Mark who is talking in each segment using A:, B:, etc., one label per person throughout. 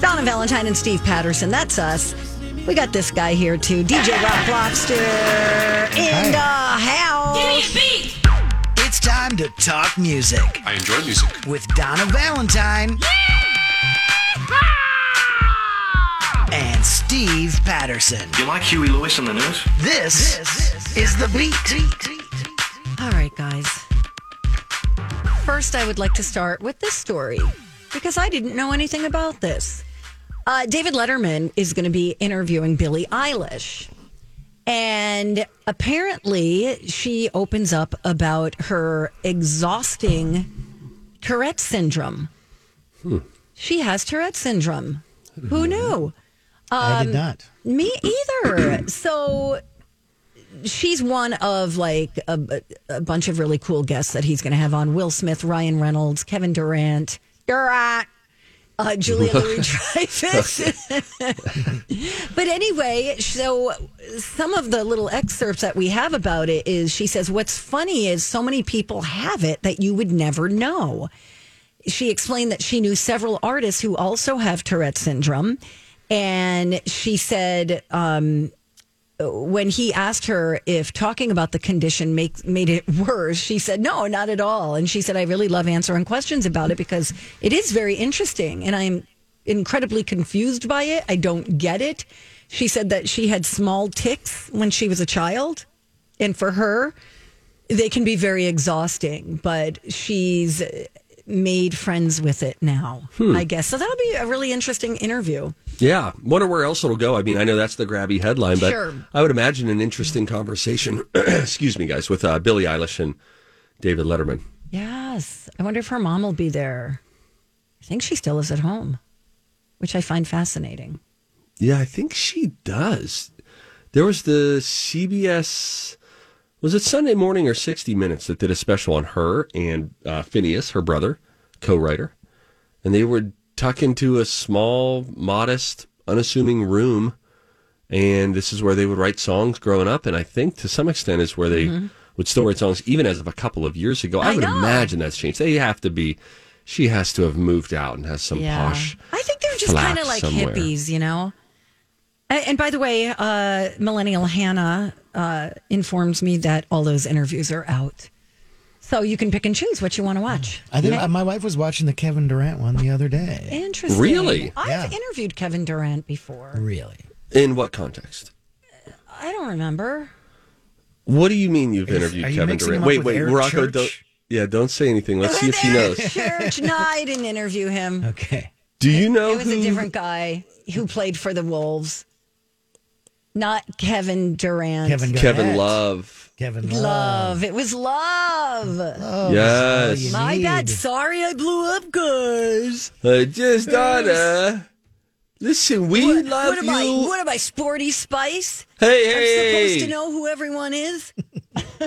A: Donna Valentine and Steve Patterson. That's us. We got this guy here too, DJ Rock Lobster in the house.
B: It's time to talk music
C: I enjoy music.
B: with Donna Valentine and Steve Patterson.
D: You like Huey Lewis on the news?
B: This is the beat.
A: All right, guys. First, I would like to start with this story because I didn't know anything about this. Uh, David Letterman is going to be interviewing Billie Eilish. And apparently, she opens up about her exhausting Tourette syndrome.
E: Hmm.
A: She has Tourette syndrome. Who knew? Um,
E: I did not.
A: Me either. so she's one of like a, a bunch of really cool guests that he's going to have on Will Smith, Ryan Reynolds, Kevin Durant, Durant. Uh, Julia Louis Dreyfus. but anyway, so some of the little excerpts that we have about it is she says, What's funny is so many people have it that you would never know she explained that she knew several artists who also have Tourette syndrome. And she said, um, when he asked her if talking about the condition make, made it worse, she said, no, not at all. And she said, I really love answering questions about it because it is very interesting. And I'm incredibly confused by it. I don't get it. She said that she had small ticks when she was a child. And for her, they can be very exhausting, but she's made friends with it now, I guess. So that'll be a really interesting interview.
C: Yeah, wonder where else it'll go. I mean, I know that's the grabby headline, but
A: Sure.
C: I would imagine an interesting conversation. excuse me, guys, with uh, Billie Eilish and David Letterman.
A: Yes. I wonder if her mom will be there. I think she still lives at home, which I find fascinating.
C: Yeah, I think she does. There was the CBS, was it Sunday morning or 60 Minutes that did a special on her and uh, Phineas, her brother, co writer. And they were tucked into a small, modest, unassuming room. And this is where they would write songs growing up. And I think to some extent is where they would still write songs, even as of a couple of years ago. I,
A: Mm-hmm. I
C: would
A: know.
C: imagine that's changed. They have to be, she has to have moved out and has some posh.
A: I think they're just
C: flat
A: kind of like
C: somewhere.
A: hippies, you know? And, and by the way, uh, Millennial Hannah uh, informs me that all those interviews are out. So you can pick and choose what you want to watch.
E: I think my wife was watching the Kevin Durant one the other day.
A: Interesting.
C: Really?
A: I've
E: Yeah.
A: interviewed Kevin Durant before.
E: Really?
C: In what context?
A: I don't remember.
C: What do you mean you've
E: Are you-
C: interviewed
E: are you
C: Kevin
E: mixing
C: Durant?
E: him up
C: Wait,
E: with
C: wait,
E: Eric
C: Rocco,
E: Church?
C: don't, yeah, don't say anything. Let's see if he
A: Eric
C: knows.
A: Church. No, I didn't interview him.
E: Okay.
C: Do you know
A: It was
C: who?
A: a different guy who played for the Wolves, not Kevin Durant.
E: Kevin Durant.
C: Kevin Love.
E: Kevin Love.
A: Love. It was love.
E: Oh,
C: Yes.
E: so you
A: My bad.
E: need-
A: Sorry, I blew up, guys.
C: I just Donna. Listen, we love
A: What am
C: you.
A: I? What am I? Sporty Spice?
C: Hey,
A: I'm
C: hey,
A: supposed to know who everyone is.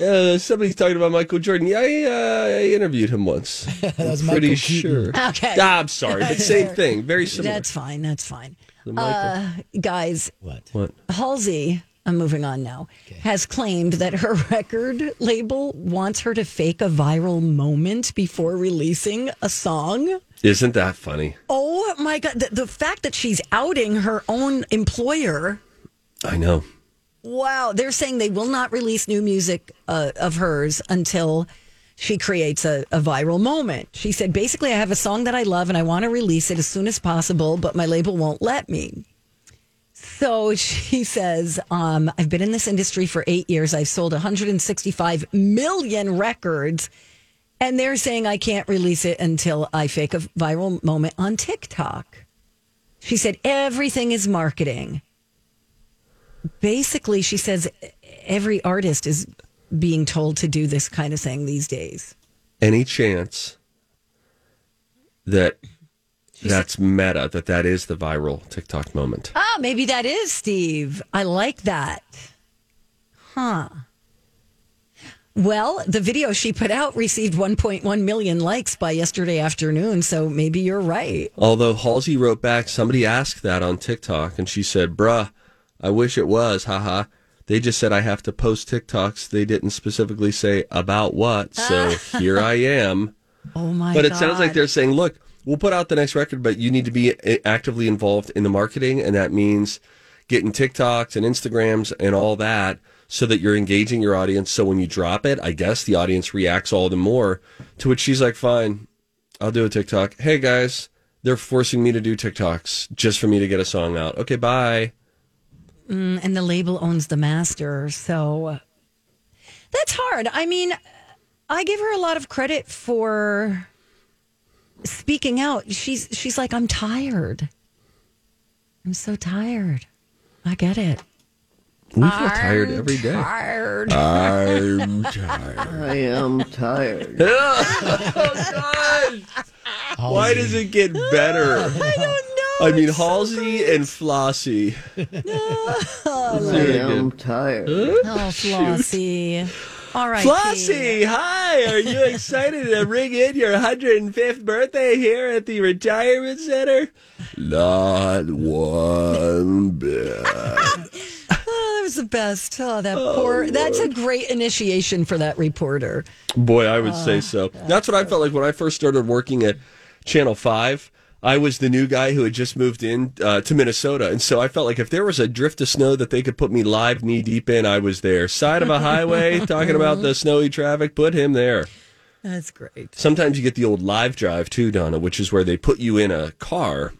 C: Uh, somebody's talking about Michael Jordan. Yeah, I, uh, I interviewed him once. I'm
E: was
C: pretty
E: Michael
C: sure.
E: Keaton.
A: Okay.
C: Ah, I'm sorry, but same thing. Very similar.
A: That's fine. That's fine.
C: to Michael.
A: Uh, guys,
E: What?
C: what?
A: Halsey, I'm moving on now, has claimed that her record label wants her to fake a viral moment before releasing a song.
C: Isn't that funny?
A: Oh my God. The, the fact that she's outing her own employer.
C: I know.
A: Wow. They're saying they will not release new music uh, of hers until she creates a, a viral moment. She said, basically, I have a song that I love and I want to release it as soon as possible, but my label won't let me. So she says, um, I've been in this industry for eight years. I've sold 165 million records. And they're saying I can't release it until I fake a viral moment on TikTok. She said, everything is marketing. Basically, she says every artist is being told to do this kind of thing these days.
C: Any chance that that's meta, that that is the viral TikTok moment?
A: Ah, maybe that is Steve. I like that. Huh. Well, the video she put out received 1.1 million likes by yesterday afternoon, so maybe you're right.
C: Although Halsey wrote back, somebody asked that on TikTok, and she said, "Bruh, I wish it was. Haha. They just said I have to post TikToks. They didn't specifically say about what, so here I am."
A: Oh my
C: But it sounds like they're saying, "Look, we'll put out the next record, but you need to be i- actively involved in the marketing, and that means getting TikToks and Instagrams and all that." So that you're engaging your audience. So when you drop it, I guess the audience reacts all the more. To which she's like, fine, I'll do a TikTok. Hey guys, they're forcing me to do TikToks just for me to get a song out. Okay, bye.
A: and the label owns the master. So uh, that's hard. I mean, I give her a lot of credit for speaking out. She's she's like, I'm tired. I'm so tired. I get it.
C: We feel tired every day.
A: Tired.
C: I'm tired.
F: I am tired.
C: Why does it get better?
A: I don't know.
C: I mean, Halsey and Flossie.
F: I am tired.
A: Oh, Flossie. All right.
C: Flossie, hi. Are you excited to ring in your 105th birthday here at the retirement center? Not one bit.
A: Oh, that was the best. Oh, that poor. That's a great initiation for that reporter.
C: Boy, I would say so. That's what I felt like when I first started working at Channel 5. I was the new guy who had just moved in uh, to Minnesota. And so I felt like if there was a drift of snow that they could put me live knee deep in, I was there. Side of a highway, talking about the snowy traffic, put him there.
A: That's great.
C: Sometimes you get the old live drive too, Donna, which is where they put you in a car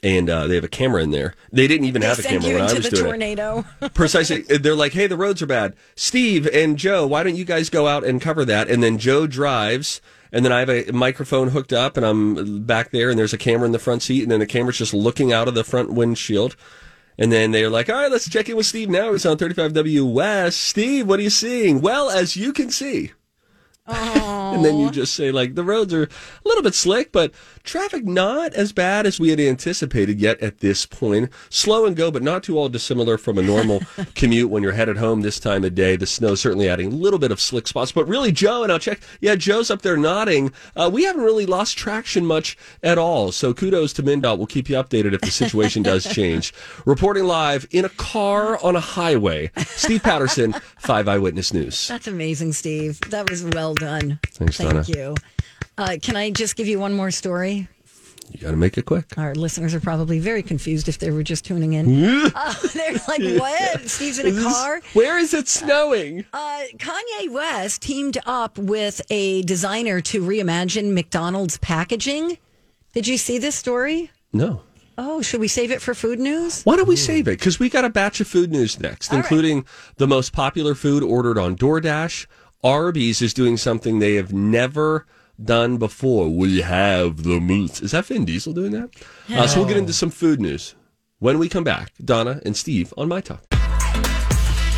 C: and uh, they have a camera in there. They didn't even
A: They
C: have a
A: send
C: camera
A: you
C: when I
A: into the
C: was doing it.
A: tornado.
C: Precisely. They're like, hey, the roads are bad. Steve and Joe, why don't you guys go out and cover that? And then Joe drives, and then I have a microphone hooked up, and I'm back there, and there's a camera in the front seat, and then the camera's just looking out of the front windshield. And then they're like, all right, let's check in with Steve now. He's on 35W West. Steve, what are you seeing? Well, as you can see. and then you just say, like, the roads are a little bit slick, but traffic not as bad as we had anticipated yet at this point. Slow and go, but not too all dissimilar from a normal commute when you're headed home this time of day. The snow certainly adding a little bit of slick spots, but really, Joe, and I'll check. Yeah, Joe's up there nodding. Uh, we haven't really lost traction much at all. So kudos to MnDOT. We'll keep you updated if the situation does change. Reporting live in a car on a highway. Steve Patterson, 5 Eyewitness News.
A: That's amazing, Steve. That was well done.
C: Thanks,
A: Thank
C: Donna.
A: you. Uh, can I just give you one more story?
C: You got to make it quick.
A: Our listeners are probably very confused if they were just tuning in. Uh, they're like, what? Steve's in a car?
C: Where is it snowing?
A: Uh, Kanye West teamed up with a designer to reimagine McDonald's packaging. Did you see this story?
C: No.
A: Oh, should we save it for food news?
C: Why don't we save it? Because we got a batch of food news next, including the most popular food ordered on DoorDash. Arby's is doing something they have never done before. We have the meats. Is that Vin Diesel doing that? Uh, so we'll get into some food news when we come back. Donna and Steve on My Talk.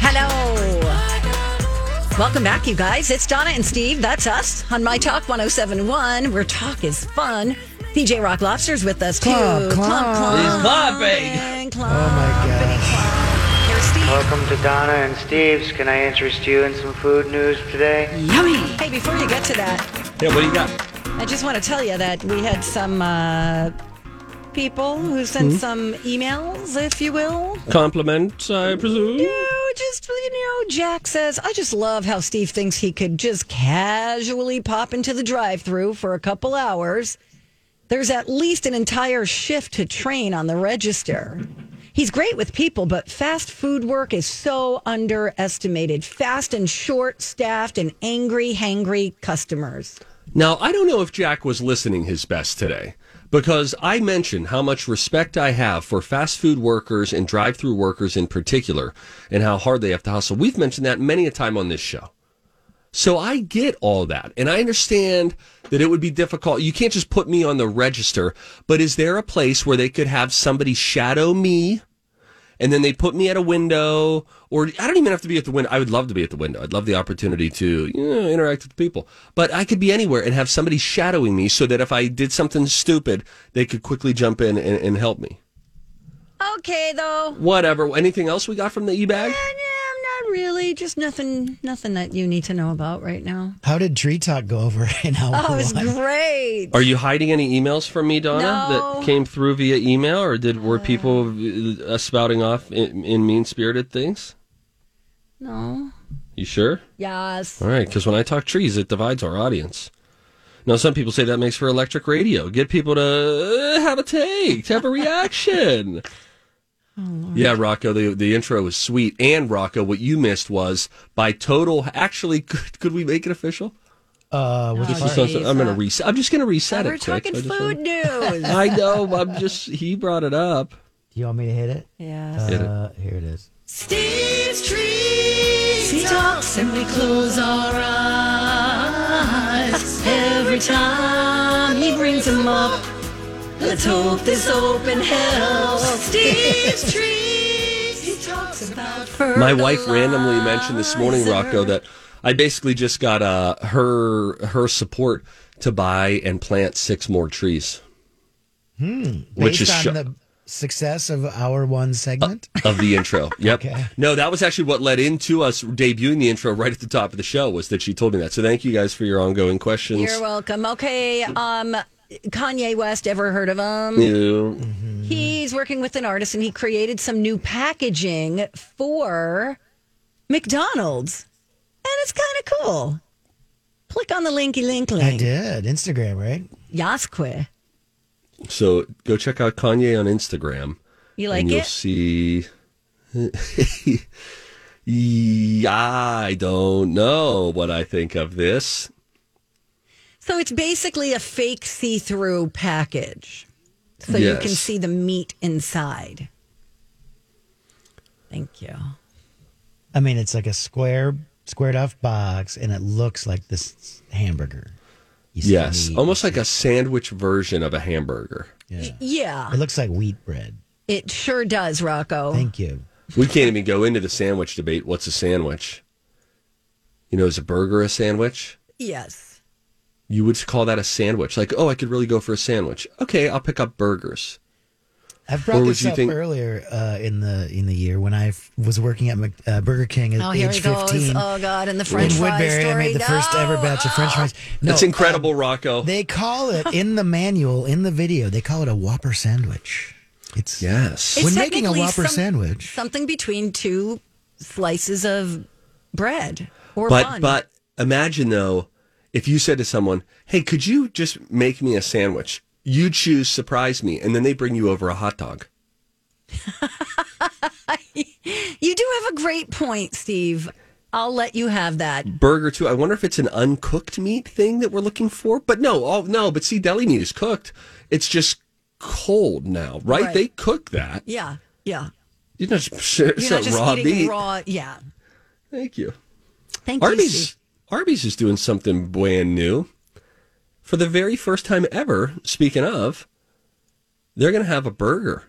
A: Hello. Welcome back, you guys. It's Donna and Steve. That's us on My Talk 1071, where talk is fun. PJ Rock Lobster's with us, too.
E: Clomp, clomp.
C: He's clapping.
A: Clomp, clomp. Here's Steve.
D: Welcome to Donna and Steve's. Can I interest you in some food news today?
A: Hey, before you get to that,
C: Yeah, what do you got?
A: I just want to tell you that we had some uh, people who sent some emails, if you will.
C: Compliment, I presume.
A: No, just you know, Jack says I just love how Steve thinks he could just casually pop into the drive-through for a couple hours. There's at least an entire shift to train on the register. He's great with people, but fast food work is so underestimated. Fast and short staffed and angry, hangry customers.
C: Now, I don't know if Jack was listening his best today because I mentioned how much respect I have for fast food workers and drive through workers in particular and how hard they have to hustle. We've mentioned that many a time on this show. So I get all that. And I understand that it would be difficult. You can't just put me on the register, but is there a place where they could have somebody shadow me? and then they put me at a window or i don't even have to be at the window i would love to be at the window i'd love the opportunity to you know, interact with people but i could be anywhere and have somebody shadowing me so that if i did something stupid they could quickly jump in and, and help me
A: Okay, though.
C: whatever anything else we got from the e-bag
A: Not really. Just nothing. Nothing that you need to know about right now.
E: How did Tree Talk go over an hour?
A: Oh, it's
E: one?
A: great.
C: are you hiding any emails from me donna
A: No.
C: that came through via email or did were people uh, spouting off in, in mean-spirited things
A: No.
C: you sure
A: Yes.
C: All right, because when I talk trees, it divides our audience. Now, some people say that makes for electric radio. Get people to uh, have a take, to have a reaction.
A: Oh,
C: yeah, Rocco, the, the intro was sweet. And, Rocco, what you missed was by total. Actually, could, could we make it official?
E: Uh, which
C: This is
E: part?
C: something- I'm going to reset. I'm just going to reset
A: We're
C: it. quick.
A: talking
C: I just
A: food
C: wanna-
A: news.
C: I know. I'm just. He brought it up.
E: Do you want me to hit it?
A: Yes.
C: Hit it.
E: Uh, here it is.
A: Steve's trees. He talks and we close our eyes every time he brings them up. Let's hope this open helps. Steve's trees. He talks about fertilizer.
C: My wife randomly mentioned this morning, Rocco, that I basically just got uh, her her support to buy and plant six more trees. Which
E: Hmm. Based
C: is
E: on
C: sho-
E: the success of our one segment.
C: of the intro. Yep.
E: Okay.
C: No, that was actually what led into us debuting the intro right at the top of the show was that she told me that. So thank you guys for your ongoing questions.
A: You're welcome. Okay, um, Kanye West, ever heard of him?
C: You-
A: He's working with an artist and he created some new packaging for McDonald's. And it's kind of cool. Click on the linky link
E: I
A: link.
E: did Instagram, right?
A: Yasque.
C: So go check out Kanye on Instagram.
A: You
C: and
A: like
C: you'll
A: it?
C: see. yeah, I don't know what I think of this.
A: So it's basically a fake see through package. So you can
C: Yes.
A: see the meat inside. Thank you.
E: I mean, it's like a square, squared off box, and it looks like this hamburger. You see
C: Yes,
E: meat.
C: almost like a sandwich version of a hamburger.
E: Yeah.
A: Yeah,
E: It looks like wheat bread.
A: it sure does, Rocco.
E: Thank you.
C: We can't even go into the sandwich debate. What's a sandwich? You know, is a burger a sandwich?
A: yes.
C: you would call that a sandwich. Like, oh, I could really go for a sandwich. Okay, I'll pick up burgers.
E: I've
C: Or
E: brought
C: would
E: this
C: you
E: up
C: think-
E: earlier uh, in the in the year when I f- was working at Mc, uh, Burger King at
A: Oh, here
E: age
A: he goes.
E: 15.
A: Oh, God. And the
E: in
A: French fry
E: Woodbury,
A: story.
E: I made the first
A: No.
E: ever batch of French fries. No,
C: That's incredible, Rocco.
E: They call it in the manual, in the video, they call it a Whopper sandwich. It's
C: yes.
E: when making a
A: technically
E: Whopper
A: some-
E: sandwich.
A: Something between two slices of bread or
C: but
A: bun.
C: but imagine though, if you said to someone, "Hey, could you just make me a sandwich?" You choose surprise me, and then they bring you over a hot dog.
A: you do have a great point, Steve. I'll let you have that.
C: Burger too. I wonder if it's an uncooked meat thing that we're looking for. But no, oh no. But see, deli meat is cooked. It's just cold now, right?
A: Right.
C: They cook that.
A: Yeah, yeah.
C: You're not just, it's
A: You're
C: not
A: not just
C: raw
A: eating
C: meat.
A: raw. Yeah.
C: Thank you.
A: Thank you, Steve.
C: Arby's Arby's is doing something brand new. For the very first time ever, speaking of, they're going to have a burger.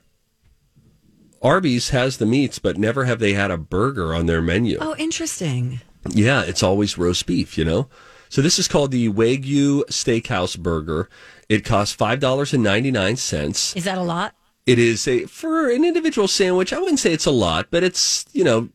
C: Arby's has the meats, but never have they had a burger on their menu.
A: Oh, interesting.
C: Yeah, it's always roast beef, you know? So this is called the Wagyu Steakhouse Burger. It costs $5.99.
A: Is that a lot?
C: It is a, for an individual sandwich, I wouldn't say it's a lot, but it's, you know,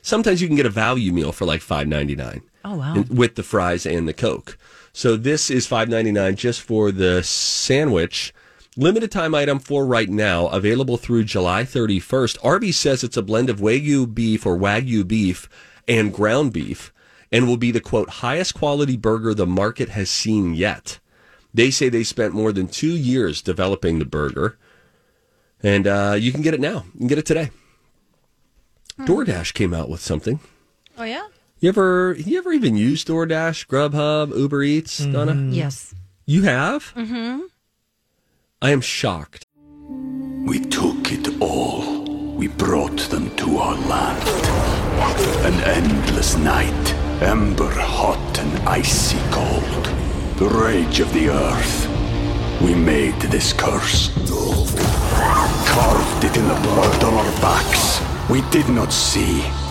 C: sometimes you can get a value meal for like $5.99
A: Oh, wow.
C: and- with the fries and the coke. So this is five ninety nine just for the sandwich. Limited time item for right now, available through July thirty first. Arby's says it's a blend of wagyu beef or wagyu beef and ground beef, and will be the quote highest quality burger the market has seen yet. They say they spent more than two years developing the burger. And uh, you can get it now. You can get it today.
A: Hmm.
C: DoorDash came out with something.
A: Oh yeah.
C: You ever you ever even use DoorDash, Grubhub, Uber Eats, Donna?
A: Yes.
C: You have?
A: Mm-hmm.
C: I am shocked.
G: We took it all. We brought them to our land. An endless night, ember hot and icy cold. The rage of the earth. We made this curse. Carved it in the blood on our backs. We did not see.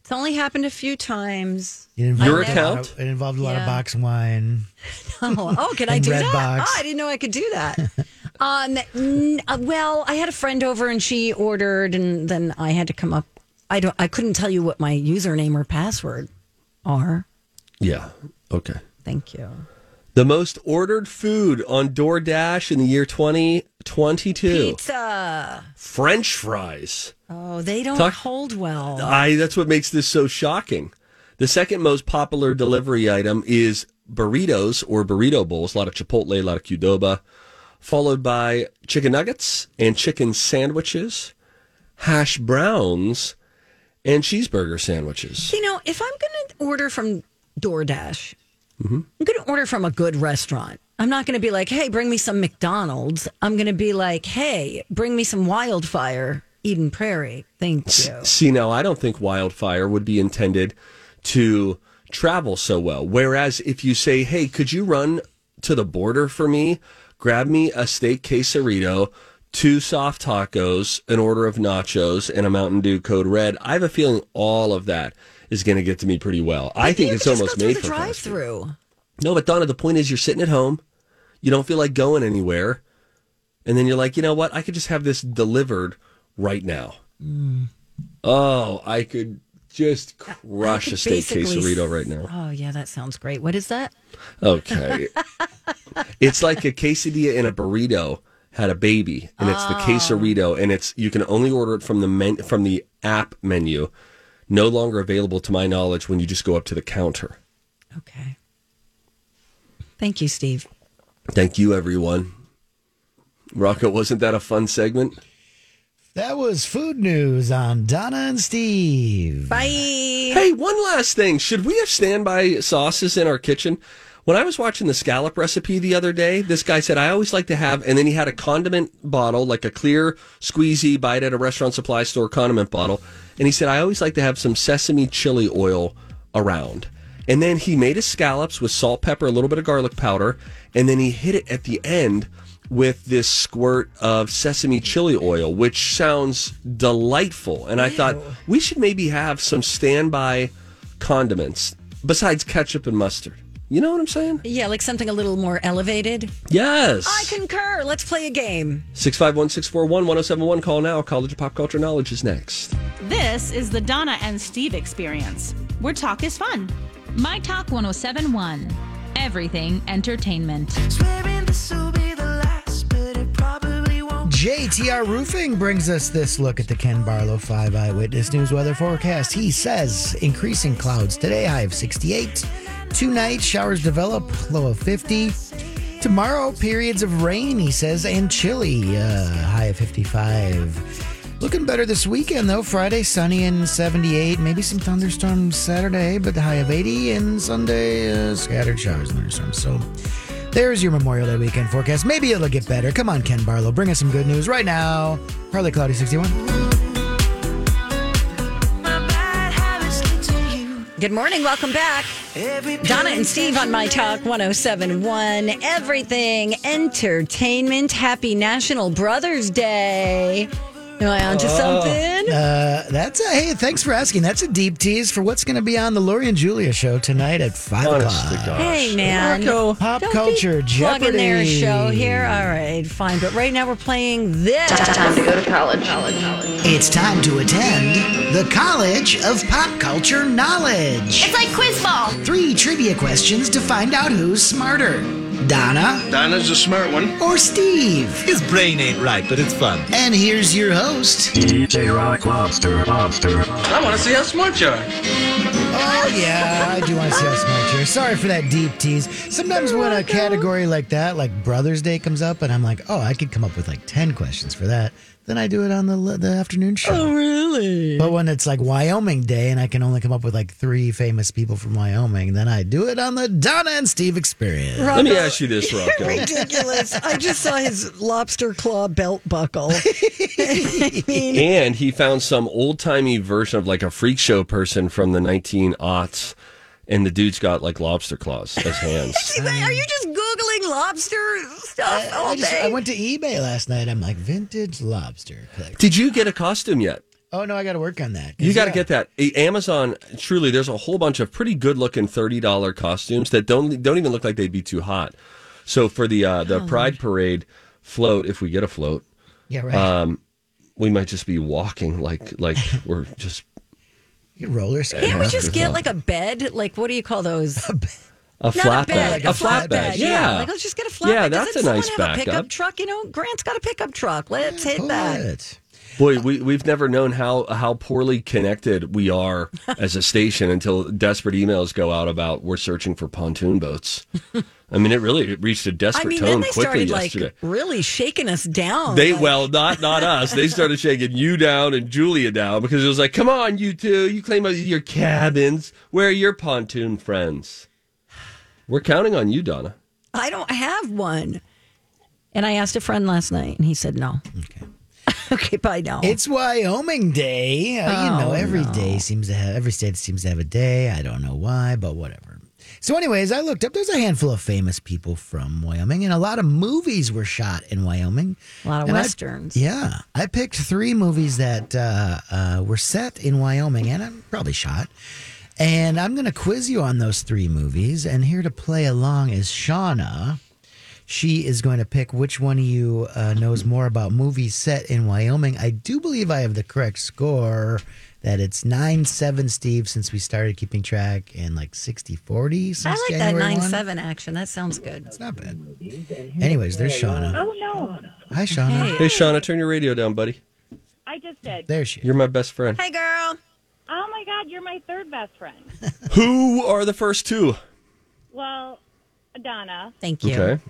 A: It's only happened a few times.
E: It involved
C: Your
E: a lot
C: account?
E: of- it involved a lot
A: Yeah.
E: of box wine.
A: Oh, oh can I
E: And
A: do
E: Red
A: that?
E: Box.
A: Oh, I didn't know I could do that. um, n- uh, well, I had a friend over and she ordered, and then I had to come up. I don't. I couldn't tell you what my username or password are.
C: Yeah. Okay.
A: Thank you.
C: The most ordered food on DoorDash in the year 2022.
A: Pizza.
C: French fries.
A: Oh, they don't
C: Talk-
A: hold well.
E: Uh,
C: I that's what makes this so shocking. The second most popular delivery item is burritos or burrito bowls, a lot of chipotle, a lot of Qdoba, followed by chicken nuggets and chicken sandwiches, hash browns, and cheeseburger sandwiches.
A: You know, if I'm going to order from DoorDash,
E: Mm-hmm.
A: I'm going to order from a good restaurant. I'm not going to be like, hey, bring me some McDonald's. I'm going to be like, hey, bring me some Wildfire Eden Prairie. Thank you.
C: See, now I don't think wildfire would be intended to travel so well. Whereas if you say, hey, could you run to the border for me, grab me a steak quesarito, two soft tacos, an order of nachos, and a Mountain Dew Code Red, I have a feeling all of that is going to get to me pretty well. I think
A: You
C: it's
A: could just
C: almost
A: go through
C: made
A: the
C: for fast food.
A: drive-through.
C: No, but Donna, the point is you're sitting at home, you don't feel like going anywhere, and then you're like, you know what? I could just have this delivered right now. Oh, I could just crush
A: Mm. could
C: a steak
A: basically
C: quesarito right now.
A: Oh yeah, that sounds great. What is that?
C: Okay. it's like a quesadilla and a burrito had a baby, and it's the
A: Ah.
C: quesarito, and it's you can only order it from the men, from the app menu. No longer available to my knowledge when you just go up to the counter.
A: Okay. Thank you, Steve.
C: Thank you, everyone. Rocco, wasn't that a fun segment?
E: That was food news on Donna and Steve.
A: Bye.
C: Hey, one last thing. Should we have standby sauces in our kitchen? When I was watching the scallop recipe the other day, this guy said, I always like to have, and then he had a condiment bottle, like a clear, squeezy, buy it at a restaurant supply store condiment bottle. And he said, I always like to have some sesame chili oil around. And then he made his scallops with salt, pepper, a little bit of garlic powder, and then he hit it at the end with this squirt of sesame chili oil, which sounds delightful. And I thought we should maybe have some standby condiments besides ketchup and mustard. You know what I'm saying?
A: Yeah, like something a little more elevated.
C: Yes.
A: I concur. Let's play a game.
C: 651 641 1071. Call now. College of Pop Culture Knowledge is next.
H: This is the Donna and Steve experience, where talk is fun. My Talk 1071, everything entertainment.
E: JTR Roofing brings us this look at the Ken Barlow 5 Eyewitness News weather forecast. He says increasing clouds today, high of 68. Tonight, showers develop, low of 50. Tomorrow, periods of rain, he says, and chilly, uh, high of 55. Looking better this weekend, though. Friday, sunny and 78. Maybe some thunderstorms Saturday, but the high of 80. And Sunday, uh, scattered showers and thunderstorms. So. There's your Memorial Day weekend forecast. Maybe it'll get better. Come on, Ken Barlow, bring us some good news right now. Harley Cloudy 61.
A: Good morning. Welcome back. Donna and Steve on My Talk 1071. Everything Entertainment. Happy National Brothers Day. Am I onto
E: Oh.
A: something?
E: Uh, that's a, hey, thanks for asking. That's a deep tease for what's going to be on the Lori and Julia show tonight at five o'clock.
A: Hey man,
E: Marco, pop
A: Don't
E: culture,
A: be plugging
E: Jeopardy.
A: their show here. All right, fine. But right now we're playing this. Time to go to college.
B: It's time to attend the College of Pop Culture Knowledge. It's like quiz ball. Three trivia questions to find out who's smarter. Donna
I: Dinah's a smart one.
B: or Steve.
I: His brain ain't right, but it's fun.
B: And here's your host.
I: DJ Rock Lobster Lobster. I want to see how smart you are.
E: Oh yeah, I do want to see how smart you are. Sorry for that deep tease. Sometimes when a category like that, like Brothers Day, comes up, and I'm like, oh, I could come up with like ten questions for that. Then I do it on the l- the afternoon show. Oh
A: really?
E: But when it's like Wyoming Day, and I can only come up with like three famous people from Wyoming, then I do it on the Donna and Steve Experience.
C: Let me ask you this, Rocco.
A: Ridiculous. I just saw his lobster claw belt buckle. I mean,
C: and he found some old timey version of like a freak show person from the 19 aughts, and the dude's got like lobster claws as hands.
A: Wait, are you just Googling lobster stuff all
E: I, just-
A: day?
E: I went to eBay last night. I'm like vintage lobster. collector.
C: Did you get a costume yet?
E: Oh no, I got to work on that.
C: You got to get that. A- Amazon truly. There's a whole bunch of pretty good looking thirty dollar costumes that don't don't even look like they'd be too hot. So for the uh, the Pride Parade float, if we get a float,
E: Yeah, right.
C: um, we might just be walking like like we're just
E: you roller skate.
A: Can't we just get like a bed? Like what do you call those?
C: a
A: Not
C: flatbed,
A: bed,
C: a flatbed, yeah.
A: Like let's just get a flatbed.
C: Yeah,
A: Doesn't
C: that's a
A: someone
C: nice
A: have a
C: backup.
A: pickup truck? You know, Grant's got a pickup truck. Let's hit that.
C: Boy, we we've never known how how poorly connected we are as a station until desperate emails go out about we're searching for pontoon boats. I mean, it really it reached a desperate
A: I mean, then
C: tone
A: they
C: quickly
A: started like oh,
C: yesterday.
A: really shaking us down.
C: They
A: like,
C: well, not not us. They started shaking you down and Julia down because it was like, come on, you two, you claim your cabins. Where are your pontoon friends? We're counting on you, Donna.
A: I don't have one. And I asked a friend last night, and he said no. Okay. okay, bye now.
E: It's Wyoming Day. Uh, you know,
A: Oh,
E: every day seems to have every state seems to have a day. I don't know why, but whatever. So, anyways, I looked up. There's a handful of famous people from Wyoming, and a lot of movies were shot in Wyoming.
A: a lot of
E: And I-
A: westerns.
E: yeah, I picked three movies that uh, uh, were set in Wyoming, and I'm probably shot. And I'm going to quiz you on those three movies. And here to play along is Shauna. She is going to pick which one of you uh, knows more about movies set in Wyoming. I do believe I have the correct score. That it's nine seven, Steve. Since we started keeping track, and like 60 40 since
A: I like
E: January
A: that nine
E: 1.
A: seven action. That sounds good. It's
E: not bad. Anyways, there's Shauna.
J: Oh no,
E: Hi, Shauna.
C: Hey, Shauna, turn your radio down, buddy.
J: I just did.
E: There she is.
C: You're my best friend.
A: Hey, girl.
J: Oh my God, you're my third best friend.
C: Who are the first two?
J: Well, Donna,
A: Thank
C: Okay.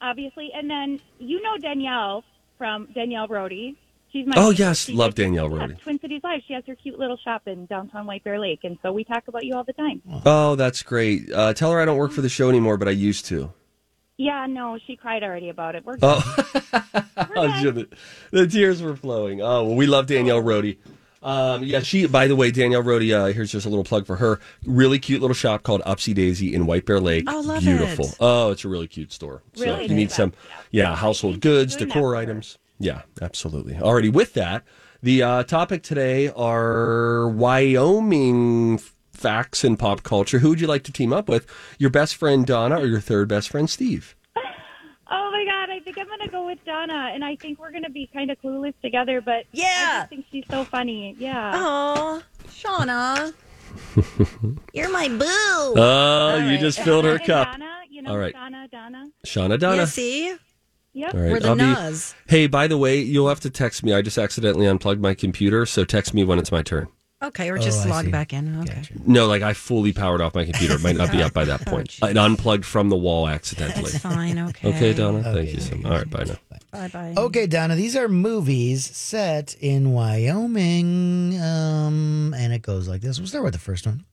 J: obviously, and then you know Danielle from Danielle Brody. She's my
C: Oh yes,
J: she-
C: love Danielle
J: yeah,
C: Roddy.
J: Twin Cities Live. She has her cute little shop in downtown White Bear Lake, and so we talk about you all the time.
C: Oh, that's great. Uh, tell her I don't work for the show anymore, but I used to.
J: Yeah, no, she cried already about it. We're
C: Oh, the, the tears were flowing. Oh, well, we love Danielle Rohde. Um, yeah, she. By the way, Danielle Rohde. Uh, here's just a little plug for her. Really cute little shop called Upsy Daisy in White Bear Lake.
J: Oh, love
C: Beautiful.
J: it.
C: Oh, it's a really cute store. so
J: Really
C: if you need
J: nice.
C: some, yeah, household goods, decor items. Yeah, absolutely. Already with that, the uh, topic today are Wyoming f- facts in pop culture. Who would you like to team up with? Your best friend Donna or your third best friend Steve?
J: Oh my God, I think I'm gonna go with Donna, and I think we're gonna be kind of clueless together. But yeah, I just think she's so funny. Yeah.
A: Oh, Shauna, you're my boo. Oh,
C: Oh, you just filled her
J: And
C: cup.
J: Donna, you know,
C: All right.
J: Donna, Donna.
C: Shauna Donna.
A: Yeah, see,
J: Yep.
C: All right,
A: we're the
C: I'll be-
A: Nas.
C: Hey, by the way, you'll have to text me. I just accidentally unplugged my computer, so text me when it's my turn.
A: Okay, or just
C: Oh, I
A: log
C: see.
A: back in. Okay.
C: No, like I fully powered off my computer. It might not be up by
J: Oh,
C: that point. It unplugged from the wall accidentally.
A: That's fine, okay.
C: Okay, Donna. Thank you so much. All right, bye now.
A: Bye bye.
E: Okay, Donna, these are movies set in Wyoming. Um, and it goes like this. We'll start with the first one.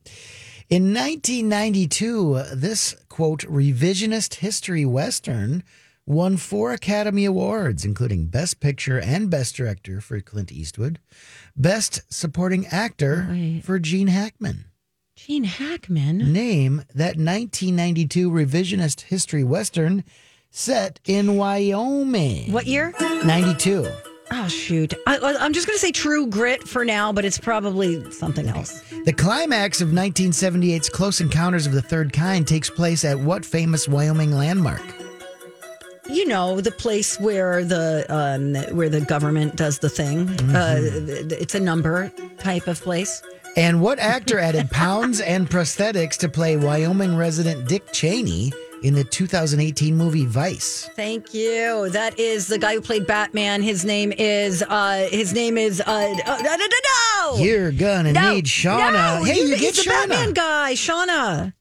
E: In 1992, this quote revisionist history western won four Academy Awards, including Best Picture and Best Director for Clint Eastwood, Best Supporting Actor for Gene Hackman.
A: Gene Hackman.
E: Name that 1992 revisionist history western set in Wyoming.
A: What year?
E: 92.
A: Oh shoot! I, I- I'm just going to say True Grit for now, but it's probably something else.
E: The climax of 1978's Close Encounters of the Third Kind takes place at what famous Wyoming landmark?
A: You know, the place where the um, where the government does the thing. Uh, th- th- it's a number type of place.
E: And what actor added pounds and prosthetics to play Wyoming resident Dick Cheney in the 2018 movie Vice?
A: Thank you. That is the guy who played Batman. His name is uh, his name is uh, uh, no, no, no, no.
E: You're gonna
A: No,
E: need Shauna.
A: no,
E: hey,
A: he's-
E: you get
A: he's the Batman
E: Shauna.
A: guy, Shauna.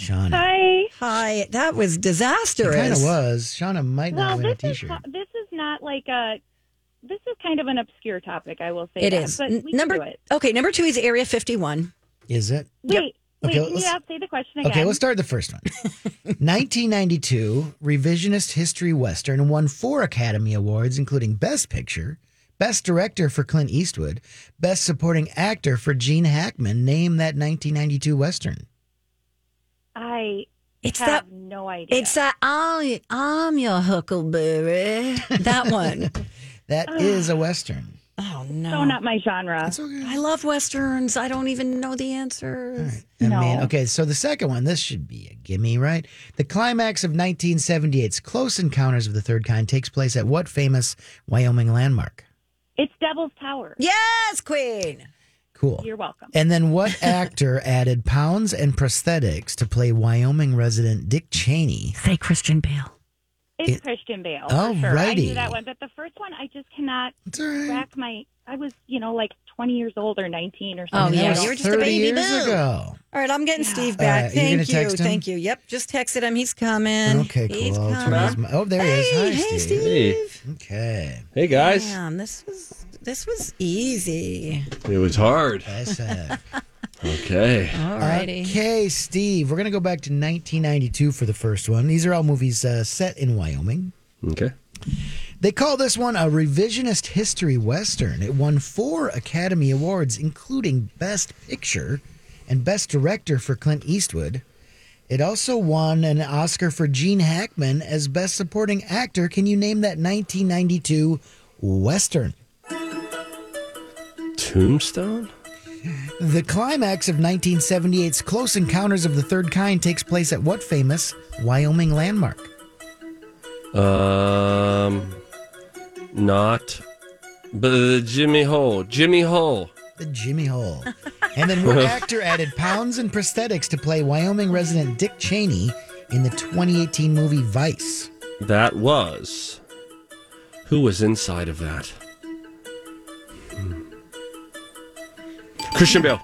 E: Shauna.
J: Hi.
A: Hi. That was disastrous.
E: It kind of was. Shauna might
J: Well,
E: not win a
J: this is
E: T-shirt.
J: ho- this is not like a this is kind of an obscure topic. I will say
A: It
J: that,
A: is.
J: But
A: N-
J: we can
A: number
J: do it.
A: okay. Number two is Area 51.
E: Is it?
J: Wait,
E: Okay,
J: wait.
E: let's-
J: Yeah, say the question again.
E: Okay, let's start the first one. 1992 revisionist history western won four Academy Awards, including Best Picture, Best Director for Clint Eastwood, Best Supporting Actor for Gene Hackman. Name that 1992 western.
J: I
A: It's
J: have
A: that-
J: no idea.
A: It's that I'm, I'm your Huckleberry. That one.
E: That is a western.
A: oh no.
J: so not my genre.
A: I love westerns. I don't even know the answers.
E: I mean, okay, so the second one, this should be a gimme, right? The climax of 1978's Close Encounters of the Third Kind takes place at what famous Wyoming landmark?
J: It's Devil's Tower.
A: Yes, Queen.
E: Cool.
J: You're welcome.
E: And then what actor added pounds and prosthetics to play Wyoming resident Dick Cheney?
A: Say Christian Bale.
J: It's
E: It-
J: Christian Bale. for sure. I
E: Alrighty.
J: knew that one, but the first one I just cannot
E: It's all
A: Mm.
E: right.
J: rack my. I was, you know, like 20 years old or 19 or
A: Oh
J: something.
E: That
A: yeah,
E: was
A: you were just a
E: 30
A: baby
E: years
A: boo.
E: ago.
A: All right, I'm getting Steve
E: All
A: back.
E: right, you're Uh, gonna
A: Thank you.
E: text him?
A: Thank you. Yep, just texted him. He's coming.
E: Okay,
A: He's
E: cool. I'll turn
A: coming.
E: his mi- oh, there he
A: Hey,
E: is. Hi,
A: hey,
E: Steve.
C: Hey,
E: Okay.
C: hey guys.
A: Damn, this was this was easy.
C: It was hard.
E: Yes, uh,
C: Okay.
J: Uh-huh.
A: All righty.
E: Okay, Steve, we're going to go back to 1992 for the first one. These are all movies uh, set in Wyoming.
C: Okay.
E: They call this one a revisionist history western. It won four Academy Awards, including Best Picture and Best Director for Clint Eastwood. It also won an Oscar for Gene Hackman as Best Supporting Actor. Can you name that 1992 western?
C: Tombstone?
E: The climax of 1978's Close Encounters of the Third Kind takes place at what famous Wyoming landmark?
C: Um, not. But uh, Jimmy Hole. Jimmy Hole.
E: The Jimmy Hole. And then what actor added pounds and prosthetics to play Wyoming resident Dick Cheney in the 2018 movie Vice?
C: That was. Who was inside of that? Hmm. Christian Bale.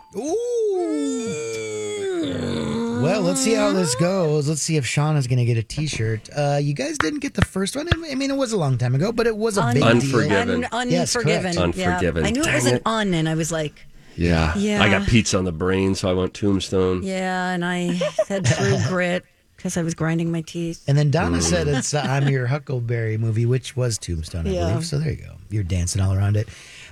E: Well, let's see how this goes. Let's see if Sean is going to get a T-shirt. Uh, you guys didn't get the first one. I mean, it was a long time ago, but it was a big deal.
C: Unforgiven.
A: Un-
E: Yes, correct.
A: unforgiven.
C: Unforgiven.
A: Yeah. I knew it was
C: Dang
A: an
C: it.
A: un, and I was like,
C: Yeah.
A: Yeah.
C: I got pizza on the brain, so I went Tombstone.
A: yeah, and I said true grit because I was grinding my teeth.
E: And then Donna said
C: Mm.
E: it's uh, I'm Your Huckleberry movie, which was Tombstone, I
A: Yeah.
E: believe. So there you go. You're dancing all around it.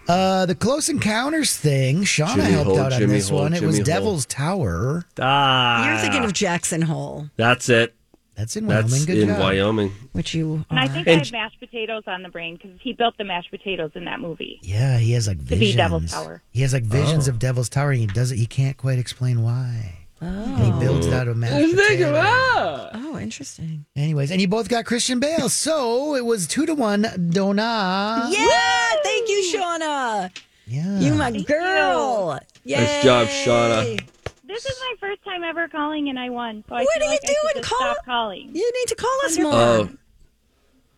E: Uh, the Close Encounters thing, Shauna
C: Jimmy
E: helped
C: Hole,
E: out on
C: Jimmy
E: this
C: Hole,
E: one. it was
C: Jimmy Hole.
E: Devil's Tower.
C: Ah.
A: You're thinking of Jackson Hole,
C: That's it.
E: That's in Wyoming.
C: That's
E: Good
C: in
E: job.
C: Wyoming.
A: which you
J: And
A: are.
J: I think I have mashed potatoes on the brain because he built the mashed potatoes in that movie.
E: Yeah, he has like
J: To
E: visions.
J: be Devil's Tower.
E: He has like visions of Devil's Tower, and he does it. He can't quite explain why. And
J: Oh.
E: he builds it out of mashed potato.
A: oh, interesting.
E: Anyways, and you both got Christian Bale, so it was two to one. Donna.
A: Yeah, thank you, Shauna.
E: Yeah.
A: You my girl. Yay.
C: Nice job, Shauna.
J: This is my first time ever calling, and I won. So I
A: What
J: feel
A: are you
J: like I should
A: doing?
J: just
A: Call-
J: Stop calling.
A: You need to call us more.
C: Oh,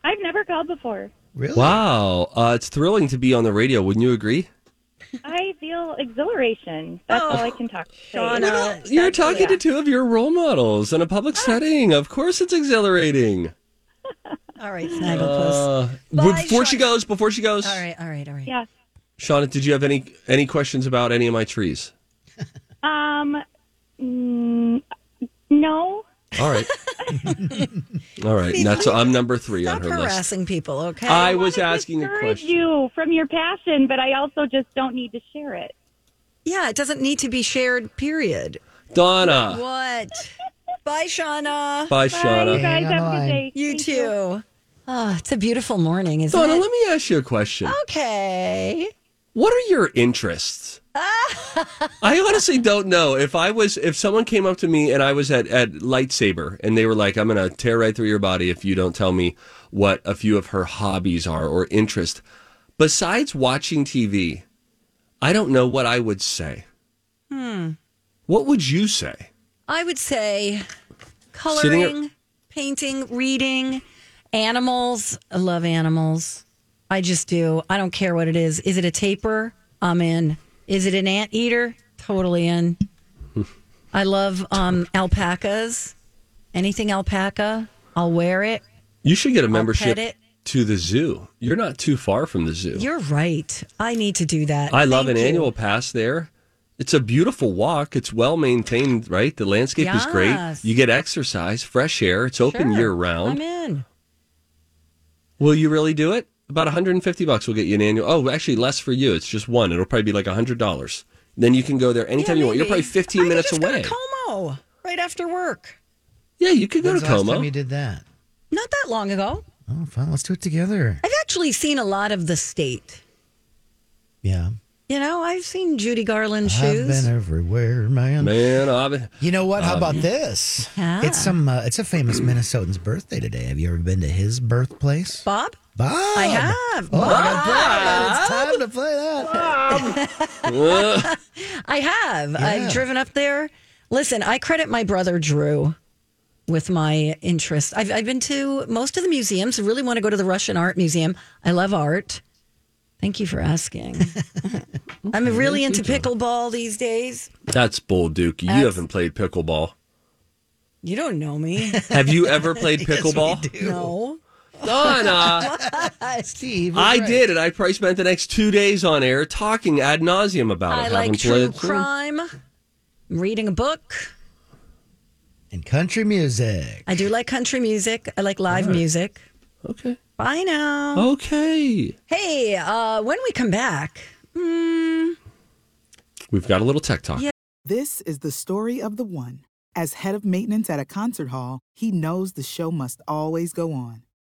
J: I've never called before.
E: Really?
C: wow. Uh, it's thrilling to be on the radio. Wouldn't you agree?
J: I feel exhilaration. That's all I can talk. say.
A: Shauna.
C: You're talking to two of your role models in a public
A: Ah.
C: setting. Of course, it's exhilarating.
A: All right, Snagglepuss.
C: Uh,
A: Bye,
C: before she
A: Shauna.
C: goes, before she goes,
A: all right, all right, all right.
J: Yeah.
C: Shauna, did you have any any questions about any of my trees?
J: Um. mm, no.
C: All right, all right. And That's I'm number three
A: Stop
C: on her list.
A: harassing people, okay?
C: I was
J: wanna
C: asking a
J: discourage
C: question.
J: you from your passion, but I also just don't need to share it.
A: yeah, it doesn't need to be shared, period.
C: Donna,
A: What? Bye, Shauna.
C: bye,
J: Bye, you
C: Shauna.
J: guys
E: Hang
J: have
E: on the
J: a
E: line.
J: good day.
A: You
J: Thank
A: too. Oh, it's a beautiful morning, isn't
C: Donna,
A: it?
C: let me ask you a question.
A: Oh. Okay.
C: What are your interests? I honestly don't know. If I was, if someone came up to me and I was at, at lightsaber and they were like, "I'm gonna tear right through your body if you don't tell me what a few of her hobbies are or interest," besides watching TV, I don't know what I would say.
A: Hmm.
C: What would you say?
A: I would say
C: Sitting at-
A: coloring, painting, reading, animals. I love animals. I just do. I don't care what it is. Is it a taper? I'm in. Is it an anteater? Totally in. I love um, alpacas. Anything alpaca, I'll wear it.
C: You should get a
A: it.
C: membership to the zoo. You're not too far from the zoo.
A: You're right. I need to do that.
C: I love an
A: Thank you.
C: annual pass there. It's a beautiful walk. It's well maintained, right? The landscape is great.
A: Yes.
C: You get exercise, fresh air. It's open
A: Sure.
C: year
A: I'm
C: round.
A: in.
C: Will you really do it? About 150 bucks will get you an annual. Oh, actually less for you. It's just one. It'll probably be like $100. Then you can go there anytime you want. You're probably 15 minutes away.
A: Como, right after work.
C: Yeah, you could go
E: When's
C: to
E: the last
C: Como.
E: time you did that?
A: Not that long ago.
E: Oh, fine. Let's do it together.
A: I've actually seen a lot of the state.
E: Yeah.
A: You know, I've seen Judy Garland
E: I've
A: shoes.
E: been everywhere, man.
C: Man, I've
E: You know what? How about
C: Um,
E: this?
A: Yeah.
E: It's some. Uh, it's a famous Minnesotan's birthday today. Have you ever been to his birthplace?
A: Bob?
E: Bob.
A: I have.
E: Oh, I got
A: Bob!
E: Bob. It's time to play that.
A: I have.
E: Yeah.
A: I've driven up there. Listen, I credit my brother Drew with my interest. I've, I've been to most of the museums. I really want to go to the Russian Art Museum. I love art. Thank you for asking. I'm really into pickleball these days.
C: That's Bull Duke. You
A: That's-
C: haven't played pickleball.
A: You don't know me.
C: Have you ever played
A: Yes, we
C: pickleball?
A: no.
C: Donna.
E: Steve.
C: I did, and I probably spent the next two days on air talking ad nauseum about it.
A: I
C: Haven't
A: like true
C: played it.
A: crime. I'm reading a book.
E: And country music.
A: I do like country music. I like live music.
C: Okay.
A: Bye now.
C: Oh. Okay.
A: Hey, uh, when we come back, mm,
C: We've got a little tech talk.
K: This is the story of the one. As head of maintenance at a concert hall, he knows the show must always go on.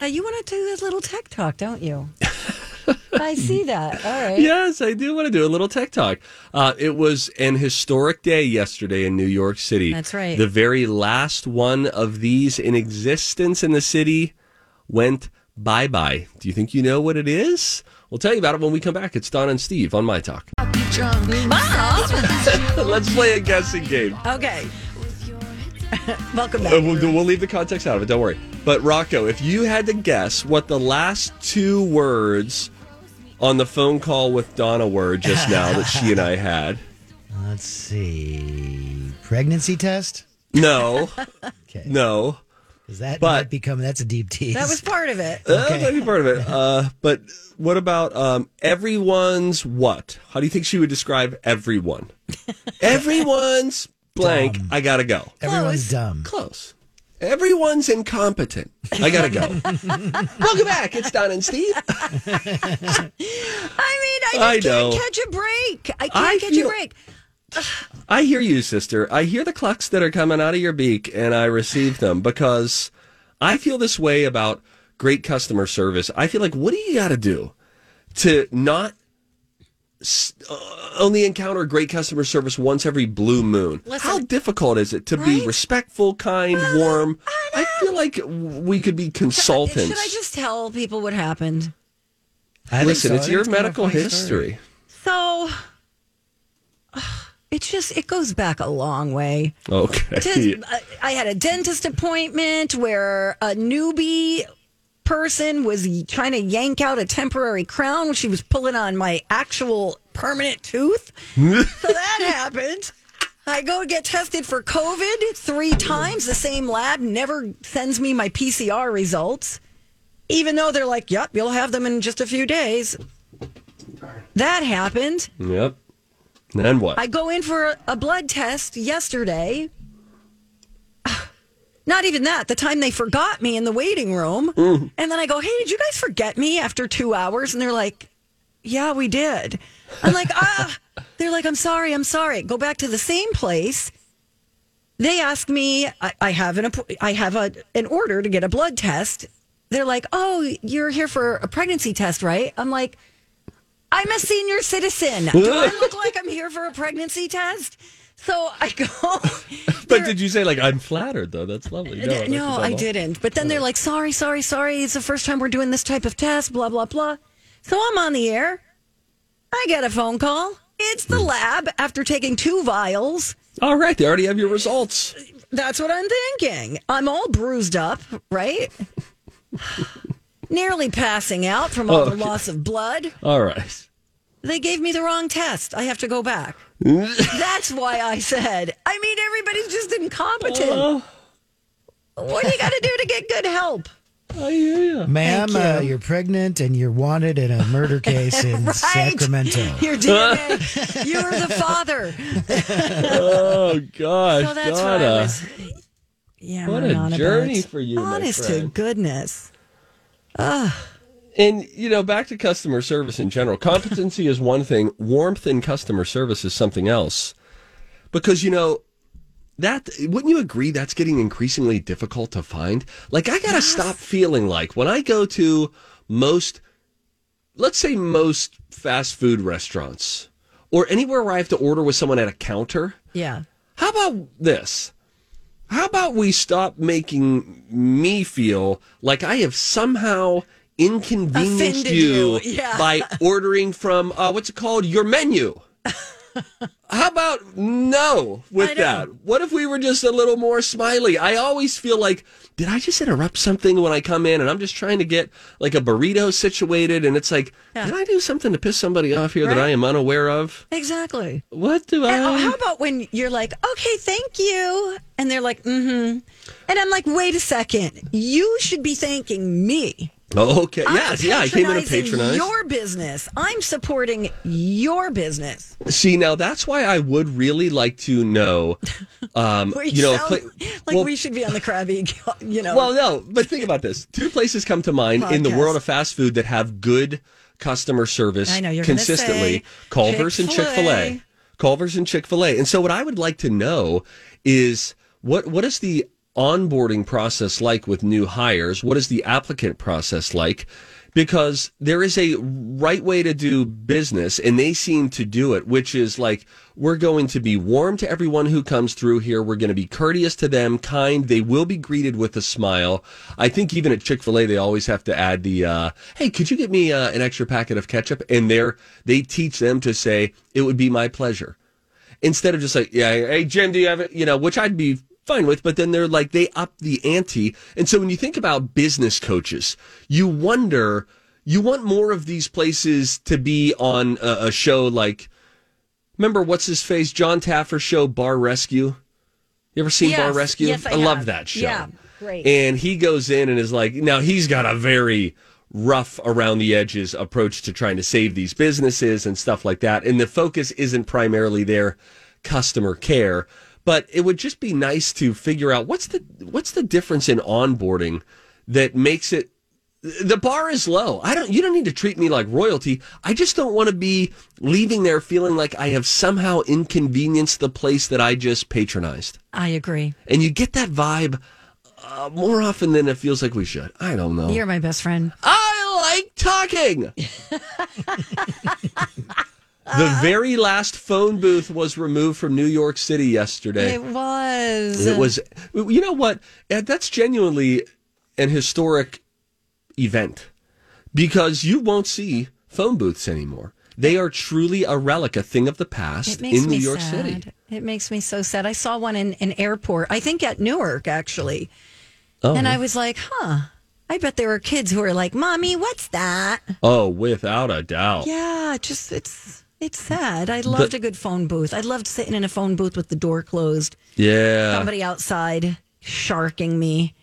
A: uh, you want to do a little tech talk, don't you? I see that. All right.
C: Yes, I do want to do a little tech talk. Uh, it was an historic day yesterday in New York City.
A: That's right.
C: The very last one of these in existence in the city went bye bye. Do you think you know what it is? We'll tell you about it when we come back. It's Don and Steve on My Talk. Let's play a guessing game.
A: Okay. Welcome
C: Uh, we'll, we'll leave the context out of it. Don't worry. But Rocco, if you had to guess what the last two words on the phone call with Donna were just now that she and I had,
E: Let's see. Pregnancy test.
C: no, no,
E: Is that
C: But-
E: might become that's a deep tease.
A: That was part of it.
C: Uh, that might be part of it. Uh, but what about um, everyone's what? How do you think she would describe everyone? everyone's blank. I gotta go.
E: everyone's dumb.
C: Close. Everyone's incompetent. I gotta go. Welcome back. It's Don and Steve.
A: I mean,
C: I
A: I just
C: know.
A: can't catch a break. I can't
C: I
A: catch
C: feel-
A: a break.
C: I hear you, sister. I hear the clucks that are coming out of your beak, and I receive them because I feel this way about great customer service. I feel like, what do you got to do to not s- uh, only encounter great customer service once every blue moon? How difficult is it to be respectful, kind, warm? I, feel like w- we could be consultants.
A: Uh, Should I just tell people what happened?
C: Listen,
A: so.
C: it's your
A: It's kind of a
C: medical
A: funny
C: history.
A: So It's just it goes back a long way.
C: Okay.
A: Just- I- I had a dentist appointment where a newbie person was y- trying to yank out a temporary crown. She was pulling on my actual permanent tooth. so that happened. I go get tested for COVID three times. The same lab never sends me my PCR results, even though they're like, yep, you'll have them in just a few days. That happened.
C: Yep. Then what?
A: I go in for a, a blood test yesterday. Not even that. The time they forgot me in the waiting room. And then I go, hey, did you guys forget me after two hours? And they're like, yeah, we did. I'm like, ah. They're like, I'm sorry, I'm sorry. Go back to the same place. They ask me, I, I have an appo- I have a, an order to get a blood test. They're like, oh, you're here for a pregnancy test, right? I'm like, I'm a senior citizen. Do I look like I'm here for a pregnancy test? So I go.
C: but did you say like I'm flattered though? That's lovely. No, that's
A: Uh, No, I
C: adorable.
A: didn't. But then they're like, sorry, sorry, sorry. It's the first time we're doing this type of test, blah, blah, blah. So I'm on the air. I get a phone call. It's the
C: Hmm.
A: lab after taking two vials.
C: All right, they already have your results.
A: That's what I'm thinking. I'm all bruised up, right? Nearly passing out from all the
C: Okay.
A: loss of blood.
C: All right.
A: They gave me the wrong test. I have to go back. That's why I said, I mean, everybody's just incompetent.
C: Oh,
A: what do you got to do to get good help?
C: I hear you.
E: Ma'am, uh, you're pregnant and you're wanted in a murder case in
A: Right.
E: Sacramento.
A: Your DNA. you are the father.
C: oh gosh,
A: So that's what I
C: Donna.
A: was- Yeah,
C: What
A: I'm
C: a
A: on about
C: journey
A: it.
C: for you, my
A: Honest to
C: friend.
A: goodness. Ugh.
C: And you know, back to customer service in general. Competency is one thing, warmth in customer service is something else. Because you know, that wouldn't you agree that's getting increasingly difficult to find? Like I got to stop feeling like when I go to most let's say most fast food restaurants or anywhere where I have to order with someone at a counter,
A: Yeah.
C: how about this? How about we stop making me feel like I have somehow inconvenienced
A: Offended you,
C: you,
A: yeah.
C: by ordering from uh, what's it called your menu? How about no
A: I
C: with
A: know.
C: that? What if we were just a little more smiley? I always feel like did I just interrupt something when I come in and I'm just trying to get like a burrito situated and it's like did I do something to piss somebody off here that I am unaware of?
A: Exactly.
C: What do
A: And, oh,
C: I
A: how about when you're like, okay, thank you. And they're like, mm hmm. And I'm like, wait a second. You should be thanking me.
C: Oh, okay.
A: I'm
C: Yes, yeah, I came in to
A: patronizing
C: patronize.
A: Your business. I'm supporting your business.
C: See, now that's why I would really like to know. Um,
A: We
C: you know, a
A: sound
C: pla-
A: like
C: well,
A: we should be on the Krabby, you know.
C: well, no, but think about this. Two places come to mind in the
A: Podcast.
C: world of fast food that have good customer service
A: I know, you're gonna
C: consistently
A: say
C: Culver's and Chick fil
A: Chick-fil-A.
C: A. Culver's and Chick fil A. And so, what I would like to know is what what is the onboarding process like with new hires? What is the applicant process like? Because there is a right way to do business, and they seem to do it, which is like we're going to be warm to everyone who comes through here. We're going to be courteous to them, kind. They will be greeted with a smile. I think even at Chick fil A, they always have to add the, uh, hey, could you get me uh, an extra packet of ketchup? And they're, they teach them to say, it would be my pleasure instead of just like, yeah, hey Jim, do you have it? You know, which I'd be fine with, but then they're like they up the ante. And so when you think about business coaches, you wonder, you want more of these places to be on a, a show like, remember what's his face, John Taffer show, Bar Rescue. You ever seen Bar
A: Yes,
C: Rescue?
A: yes, I
C: love
A: have.
C: that show.
A: Yeah, great.
C: And he goes in and is like, now he's got a very rough around the edges approach to trying to save these businesses and stuff like that. And the focus isn't primarily their customer care, but it would just be nice to figure out what's the what's the difference in onboarding that makes it the bar is low. I don't you don't need to treat me like royalty. I just don't want to be leaving there feeling like I have somehow inconvenienced the place that I just patronized.
A: I agree.
C: And you get that vibe uh, more often than it feels like we should. I don't know.
A: You're my best friend.
C: I like talking. the very last phone booth was removed from New York City yesterday.
A: It was.
C: It was, you know what? Ed, That's genuinely an historic event because you won't see phone booths anymore. They are truly a relic, a thing of the past
A: It makes
C: in New
A: me
C: York
A: sad.
C: City.
A: It makes me so sad. I saw one in an airport, I think at Newark, actually.
C: Oh.
A: And I was like, huh, I bet there were kids who were like, Mommy, what's that?
C: Oh, without a doubt.
A: Yeah, just it's it's sad. I loved a good phone booth. I loved sitting in a phone booth with the door closed.
C: Yeah.
A: Somebody outside sharking me,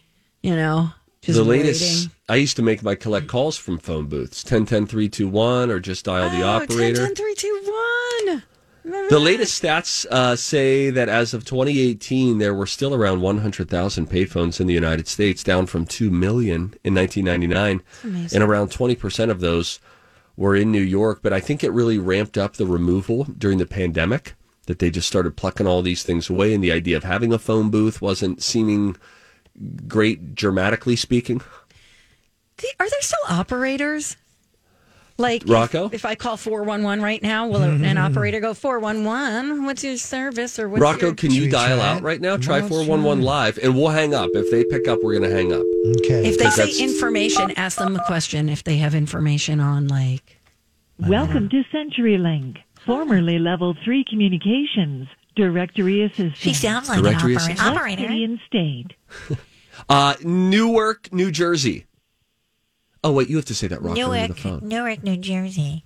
A: you know. Just
C: the latest,
A: waiting.
C: I used to make my collect calls from phone booths 1010-321 or just dial the
A: Oh,
C: operator.
A: 10, 10, 3, 2, 1. Remember
C: The
A: that?
C: latest stats uh, say that as of 2018, there were still around 100,000 payphones in the United States, down from 2 million in 1999.
I: amazing.
C: And around 20% of those were in New York. But I think it really ramped up the removal during the pandemic, that they just started plucking all these things away. And the idea of having a phone booth wasn't seeming great, dramatically speaking.
A: The- are there still operators? Like if-
C: Rocco?
A: if, I call four one one right now, will an operator go four one one? What's your service or what's
C: Rocco,
A: your-
C: can you dial out right now? Try 411 live, and we'll hang up. If they pick up, we're going to hang up.
E: Okay.
A: If they say
C: That's-
A: information, ask them a question. If they have information on like
L: Welcome to CenturyLink, formerly Level 3 Communications, Directory Assistant. She sounds
C: like an Directory opera- assistant? operator.
L: City and state.
C: Uh, Newark, New Jersey. Oh wait, you have to say that Rocco into the phone.
L: Newark, New Jersey.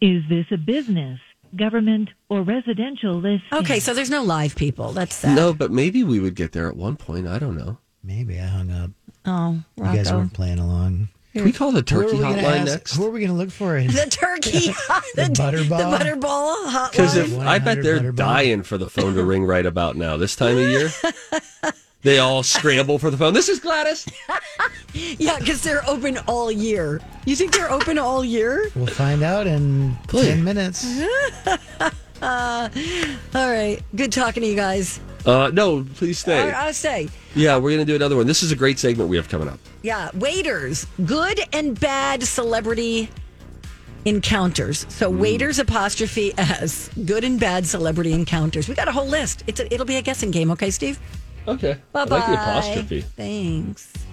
L: Is this a business, government, or residential listing?
A: Okay, so there's no live people. That's sad.
C: No, but maybe we would get there at one point. I don't know.
E: Maybe I hung up.
A: Oh,
E: You guys
A: Rocco.
E: weren't playing along.
C: Can we call the
E: Who are
C: turkey
E: we gonna
C: hotline
E: ask-
C: next?
E: Who are we going to look for?
A: The turkey, the,
E: butter
A: the
E: ball?
A: butter ball
C: Because
A: hotline.
C: if I bet they're dying for the phone to ring right about now, this time of year, they all scramble for the phone. This is Gladys.
A: yeah, because they're open all year. You think they're open all year?
E: We'll find out in 10 minutes.
A: Uh, all right. Good talking to you guys.
C: Uh, no, please stay.
A: Or I'll stay.
C: Yeah, we're gonna do another one. This is a great segment we have coming up.
A: Yeah, waiters, good and bad celebrity encounters. So waiters apostrophe s, good and bad celebrity encounters. We got a whole list. It's a, it'll be a guessing game, okay, Steve?
C: Okay.
A: Bye
C: I like
A: bye.
C: the apostrophe.
A: Thanks.